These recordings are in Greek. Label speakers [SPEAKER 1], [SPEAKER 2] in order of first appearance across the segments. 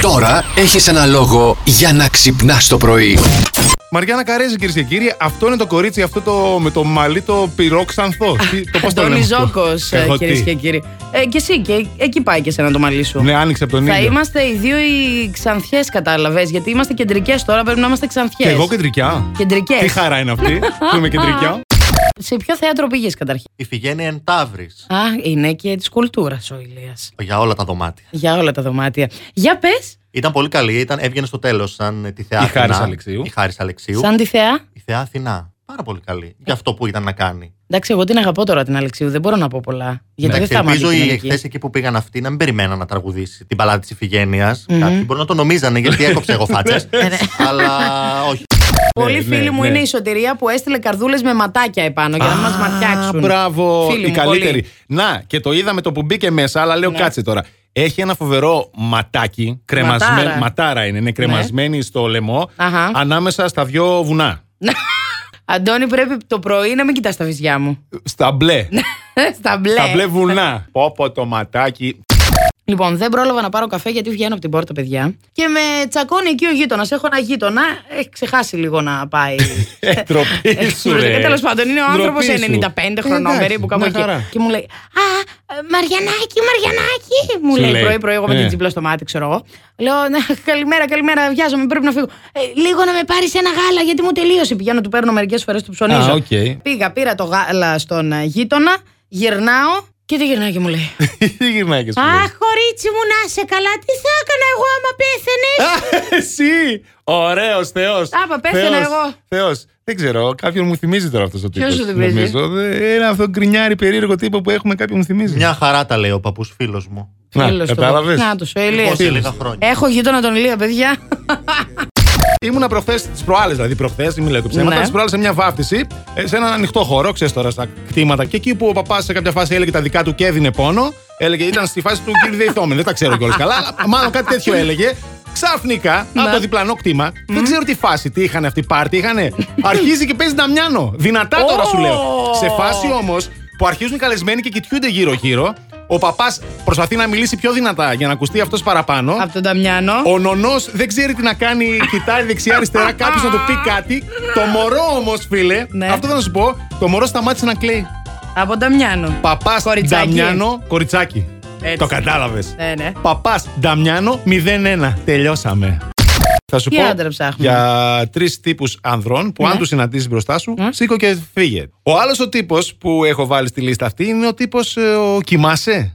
[SPEAKER 1] Τώρα έχεις ένα λόγο για να ξυπνάς το πρωί.
[SPEAKER 2] Μαριάννα Καρέζη, κυρίες και κύριοι, αυτό είναι το κορίτσι, αυτό το με το μαλλί το πυρόξανθο. Τι- το πώς το λέμε.
[SPEAKER 3] Αντώνη
[SPEAKER 2] αυτό?
[SPEAKER 3] Ζόκο,
[SPEAKER 2] Εγώ τι.
[SPEAKER 3] κυρίε ε, και κύριοι. Ε, και εσύ, και εκεί πάει και σένα το μαλλί σου.
[SPEAKER 2] Ναι, άνοιξε από τον
[SPEAKER 3] Θα
[SPEAKER 2] ήλιο.
[SPEAKER 3] είμαστε οι δύο οι ξανθιές, κατάλαβες. Γιατί είμαστε κεντρικές τώρα, πρέπει να είμαστε ξανθιές.
[SPEAKER 2] Και εγώ κεντρικιά.
[SPEAKER 3] Κεντρικές.
[SPEAKER 2] Τι χαρά είναι αυτή που είμαι κεντρικιά.
[SPEAKER 3] Σε ποιο θέατρο πήγες καταρχήν.
[SPEAKER 4] Ηφηγένεια εν ταύρης.
[SPEAKER 3] Α, είναι και της κουλτούρας ο Ηλίας.
[SPEAKER 4] Για όλα τα δωμάτια.
[SPEAKER 3] Για όλα τα δωμάτια. Για πες,
[SPEAKER 4] Ήταν πολύ καλή, ήταν, έβγαινε στο τέλος σαν ε, τη Θεά
[SPEAKER 2] Η
[SPEAKER 4] Αθηνά.
[SPEAKER 2] Χάρις Αλεξίου.
[SPEAKER 4] Η Χάρις Αλεξίου.
[SPEAKER 3] σαν τη θεά.
[SPEAKER 4] Η Θεά Αθηνά. Πάρα πολύ καλή. Για αυτό που ήταν να κάνει.
[SPEAKER 3] Εντάξει, εγώ την αγαπώ τώρα την Αλεξίου, δεν μπορώ να πω πολλά. Γιατί
[SPEAKER 2] Ναι,
[SPEAKER 4] Εντάξει,
[SPEAKER 3] δεν θα μάθει.
[SPEAKER 4] ελπίζω
[SPEAKER 3] την
[SPEAKER 4] οι
[SPEAKER 3] Αλική.
[SPEAKER 4] εχθές εκεί που πήγαν αυτοί να μην περιμέναν να τραγουδήσει την παλάτα τη ηφηγενεια Κάποιοι μπορεί να το νομίζανε γιατί έκοψε εγώ φάτσες.
[SPEAKER 3] Ε, ναι.
[SPEAKER 4] αλλά όχι.
[SPEAKER 3] Πολλοί
[SPEAKER 2] Ναι,
[SPEAKER 3] φίλοι
[SPEAKER 2] ναι,
[SPEAKER 3] μου
[SPEAKER 2] ναι.
[SPEAKER 3] είναι η σωτηρία που έστειλε καρδούλες με ματάκια επάνω για να μας ματιάξουν.
[SPEAKER 2] Μπράβο,
[SPEAKER 3] Φίλοι
[SPEAKER 2] η
[SPEAKER 3] μου, Ναι.
[SPEAKER 2] καλύτερη.
[SPEAKER 3] πολύ.
[SPEAKER 2] Να, και το είδαμε το που μπήκε μέσα, αλλά λέω κάτσε τώρα. Έχει ένα φοβερό ματάκι, κρεμασμένο.
[SPEAKER 3] Ματάρα. Ναι.
[SPEAKER 2] ματάρα είναι, είναι κρεμασμένη στο λαιμό,
[SPEAKER 3] Αχα.
[SPEAKER 2] ανάμεσα στα δυο βουνά.
[SPEAKER 3] Αντώνη, πρέπει το πρωί να μην κοιτάς τα βυζιά μου.
[SPEAKER 2] Στα μπλε.
[SPEAKER 3] Ναι. Στα μπλε.
[SPEAKER 2] στα μπλε βουνά. Πόπο το ματάκι.
[SPEAKER 3] Λοιπόν, δεν πρόλαβα να πάρω καφέ γιατί βγαίνω από την πόρτα, παιδιά. Και με τσακώνει εκεί ο γείτονας. Έχω ένα γείτονα. Έχει ξεχάσει λίγο να πάει.
[SPEAKER 2] Ε, ντροπή σου, ρε.
[SPEAKER 3] Τέλο ε, πάντων, είναι ο άνθρωπο
[SPEAKER 2] Ντροπή σου. Ε,
[SPEAKER 3] 95 χρονών
[SPEAKER 2] Εντάξει,
[SPEAKER 3] περίπου κάπου
[SPEAKER 2] μια
[SPEAKER 3] εκεί.
[SPEAKER 2] χαρά.
[SPEAKER 3] Και μου λέει Α, ε, Μαριανάκη, Μαριανάκη. Μου
[SPEAKER 2] Σου
[SPEAKER 3] λέει
[SPEAKER 2] λέει.
[SPEAKER 3] πρωί-πρωί, εγώ με
[SPEAKER 2] Ε.
[SPEAKER 3] την τσίπλα στο μάτι, ξέρω εγώ. Λέω «Ναι, Καλημέρα, καλημέρα, βιάζομαι, πρέπει να φύγω. «Ε, Λίγο να με πάρεις ένα γάλα γιατί μου τελείωσε. Πηγαίνω, του παίρνω μερικές φορές, του ψωνίζω.
[SPEAKER 2] Α, οκ.
[SPEAKER 3] Πήγα, πήρα το γάλα στον ε, γείτονα, γυρνάω και τι γυρνάει και μου λέει.
[SPEAKER 2] Τι γυρνάει σου. λέει.
[SPEAKER 3] Αχ, κορίτσι μου, να είσαι καλά. Τι θα έκανα εγώ άμα πέθαινες.
[SPEAKER 2] Α, Εσύ! Ωραίος Θεός.
[SPEAKER 3] Άπα, πέθαινα εγώ.
[SPEAKER 2] Θεός. Δεν ξέρω, κάποιον μου θυμίζει τώρα αυτός ο τύπο.
[SPEAKER 3] Ποιον σου θυμίζει?
[SPEAKER 2] Ένα αυτό γκρινιάρι περίεργο τύπο που έχουμε, κάποιον μου θυμίζει.
[SPEAKER 4] Μια χαρά τα λέει ο παππούς φίλος μου.
[SPEAKER 2] Να, ε, Λοιπόν, κατάλαβες.
[SPEAKER 3] Να τους, ο Ηλίας.
[SPEAKER 4] Πώς σε λίγα χρόνια.
[SPEAKER 3] Έχω γείτονα τον Ηλία, παιδιά.
[SPEAKER 2] Ήμουνα προχθές τις προάλλες, δηλαδή προχθές, μην λέτε ψέματα.
[SPEAKER 3] Ναι.
[SPEAKER 2] τις προάλλες σε μια βάφτιση, ε, σε έναν ανοιχτό χώρο, ξέρεις τώρα στα κτήματα. Και εκεί που ο παπάς σε κάποια φάση έλεγε τα δικά του και έδινε πόνο, έλεγε, ήταν στη φάση του κύριου Δεϊθόμενου. Δεν τα ξέρω κιόλας καλά, αλλά μάλλον κάτι τέτοιο έλεγε. Ξαφνικά
[SPEAKER 3] Ναι.
[SPEAKER 2] από το διπλανό κτήμα, δεν ξέρω τι φάση, τι είχαν αυτοί πάρτι, είχαν. Αρχίζει και παίζει Νταμιάνο. Δυνατά τώρα σου λέω.
[SPEAKER 3] Ω!
[SPEAKER 2] Σε φάση όμως που αρχίζουν οι καλεσμένοι και κοιτιούνται γύρω-γύρω, ο παπάς προσπαθεί να μιλήσει πιο δυνατά για να ακουστεί αυτός παραπάνω.
[SPEAKER 3] Από τον Ταμιάνο.
[SPEAKER 2] Ο νονός δεν ξέρει τι να κάνει, κοιτάει δεξιά-αριστερά, κάποιος να του πει κάτι. Το μωρό όμως, φίλε,
[SPEAKER 3] Ναι.
[SPEAKER 2] αυτό θα σου πω, το μωρό σταμάτησε να κλαίει.
[SPEAKER 3] Από τον Ταμιάνο.
[SPEAKER 2] Παπάς
[SPEAKER 3] Κοριτσάκι.
[SPEAKER 2] Νταμιάνο, κοριτσάκι.
[SPEAKER 3] Έτσι.
[SPEAKER 2] Το κατάλαβες.
[SPEAKER 3] Ναι, ναι.
[SPEAKER 2] Παπάς Νταμιάνο 01. Τελειώσαμε. Θα σου
[SPEAKER 3] Τι
[SPEAKER 2] πω
[SPEAKER 3] άντρα ψάχνουμε? Ναι.
[SPEAKER 2] για τρεις τύπους ανδρών που, αν τους συναντήσεις μπροστά σου, σήκω και φύγε. Ο άλλος ο τύπος που έχω βάλει στη λίστα αυτή είναι ο τύπος ο κοιμάσαι.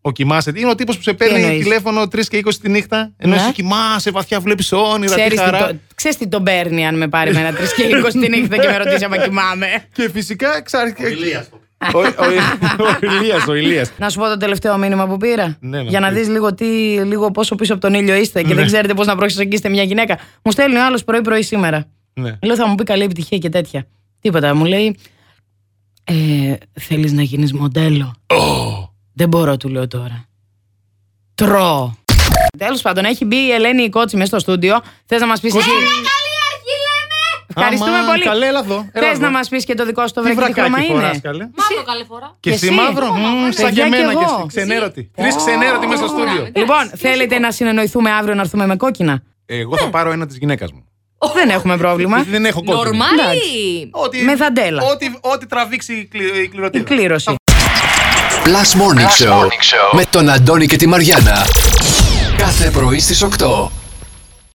[SPEAKER 2] Ο κοιμάσαι. Είναι ο τύπος που σε παίρνει
[SPEAKER 3] εννοείς?
[SPEAKER 2] τηλέφωνο 3 και 20 τη νύχτα, ενώ
[SPEAKER 3] Ναι.
[SPEAKER 2] εσύ κοιμάσαι βαθιά, βλέπεις όνειρα,
[SPEAKER 3] Ξέρει
[SPEAKER 2] τη
[SPEAKER 3] τι,
[SPEAKER 2] χαρά.
[SPEAKER 3] το- ξέρεις τι τον παίρνει αν με πάρει με ένα 3 και 20 την νύχτα και με ρωτήσει άμα κοιμάμαι.
[SPEAKER 2] Και φυσικά ξα-
[SPEAKER 3] Ε,
[SPEAKER 4] Ηλίας το πει.
[SPEAKER 2] Ο- ο- Ο Ηλίας, ο Ηλίας.
[SPEAKER 3] Να σου πω το τελευταίο μήνυμα που πήρα.
[SPEAKER 2] Ναι, να
[SPEAKER 3] για να
[SPEAKER 2] πεις.
[SPEAKER 3] δεις λίγο, τι, λίγο πόσο πίσω από τον ήλιο είστε και δεν ξέρετε πώς να προσεγγίσετε μια γυναίκα. Μου στέλνει ο άλλος πρωί-πρωί σήμερα.
[SPEAKER 2] Ναι.
[SPEAKER 3] Λέω θα μου πει καλή επιτυχία και τέτοια. Τίποτα. Μου λέει. Ε, Θέλεις να γίνεις μοντέλο. Δεν μπορώ, του λέω τώρα. Τρώω. Τέλος πάντων, έχει μπει η Ελένη η κότση μέσα στο στούντιο. Θες να μας πεις. Εσύ... Ευχαριστούμε
[SPEAKER 2] Αμάν,
[SPEAKER 3] πολύ.
[SPEAKER 2] Καλέ, έλα εδώ. έλα
[SPEAKER 3] Θες
[SPEAKER 2] εδώ.
[SPEAKER 3] να μας πεις και το δικό σου το
[SPEAKER 2] Τι
[SPEAKER 3] βρεκ, τι χρώμα
[SPEAKER 2] βρακάκι φοράς,
[SPEAKER 3] είναι.
[SPEAKER 2] καλέ.
[SPEAKER 5] Μαύρο καλή φορά.
[SPEAKER 2] Και εσύ
[SPEAKER 3] εσύ.
[SPEAKER 2] μαύρο. Μ, Σαν και
[SPEAKER 3] Παιδιά,
[SPEAKER 2] εμένα
[SPEAKER 3] κι
[SPEAKER 2] και
[SPEAKER 3] εγώ.
[SPEAKER 2] εσύ. Ξενέρωτη. Τρεις ξενέρωτοι μέσα στο στούντιο.
[SPEAKER 3] Λοιπόν, θέλετε να συνεννοηθούμε αύριο να έρθουμε με κόκκινα.
[SPEAKER 2] Εγώ θα πάρω ένα της γυναίκας μου.
[SPEAKER 3] Δεν έχουμε πρόβλημα.
[SPEAKER 2] Δεν έχω κόκκινη.
[SPEAKER 5] Νορμάλι.
[SPEAKER 2] Ό,τι-
[SPEAKER 3] Με δαντέλα.
[SPEAKER 2] Ό,τι, ό,τι τραβήξει η κλη- η
[SPEAKER 3] Η
[SPEAKER 2] κληροτίδα.
[SPEAKER 3] κλήρωση.
[SPEAKER 1] Plus Morning, Show, με τον Αντώνη και τη Μαριάνα. Κάθε πρωί στις 8.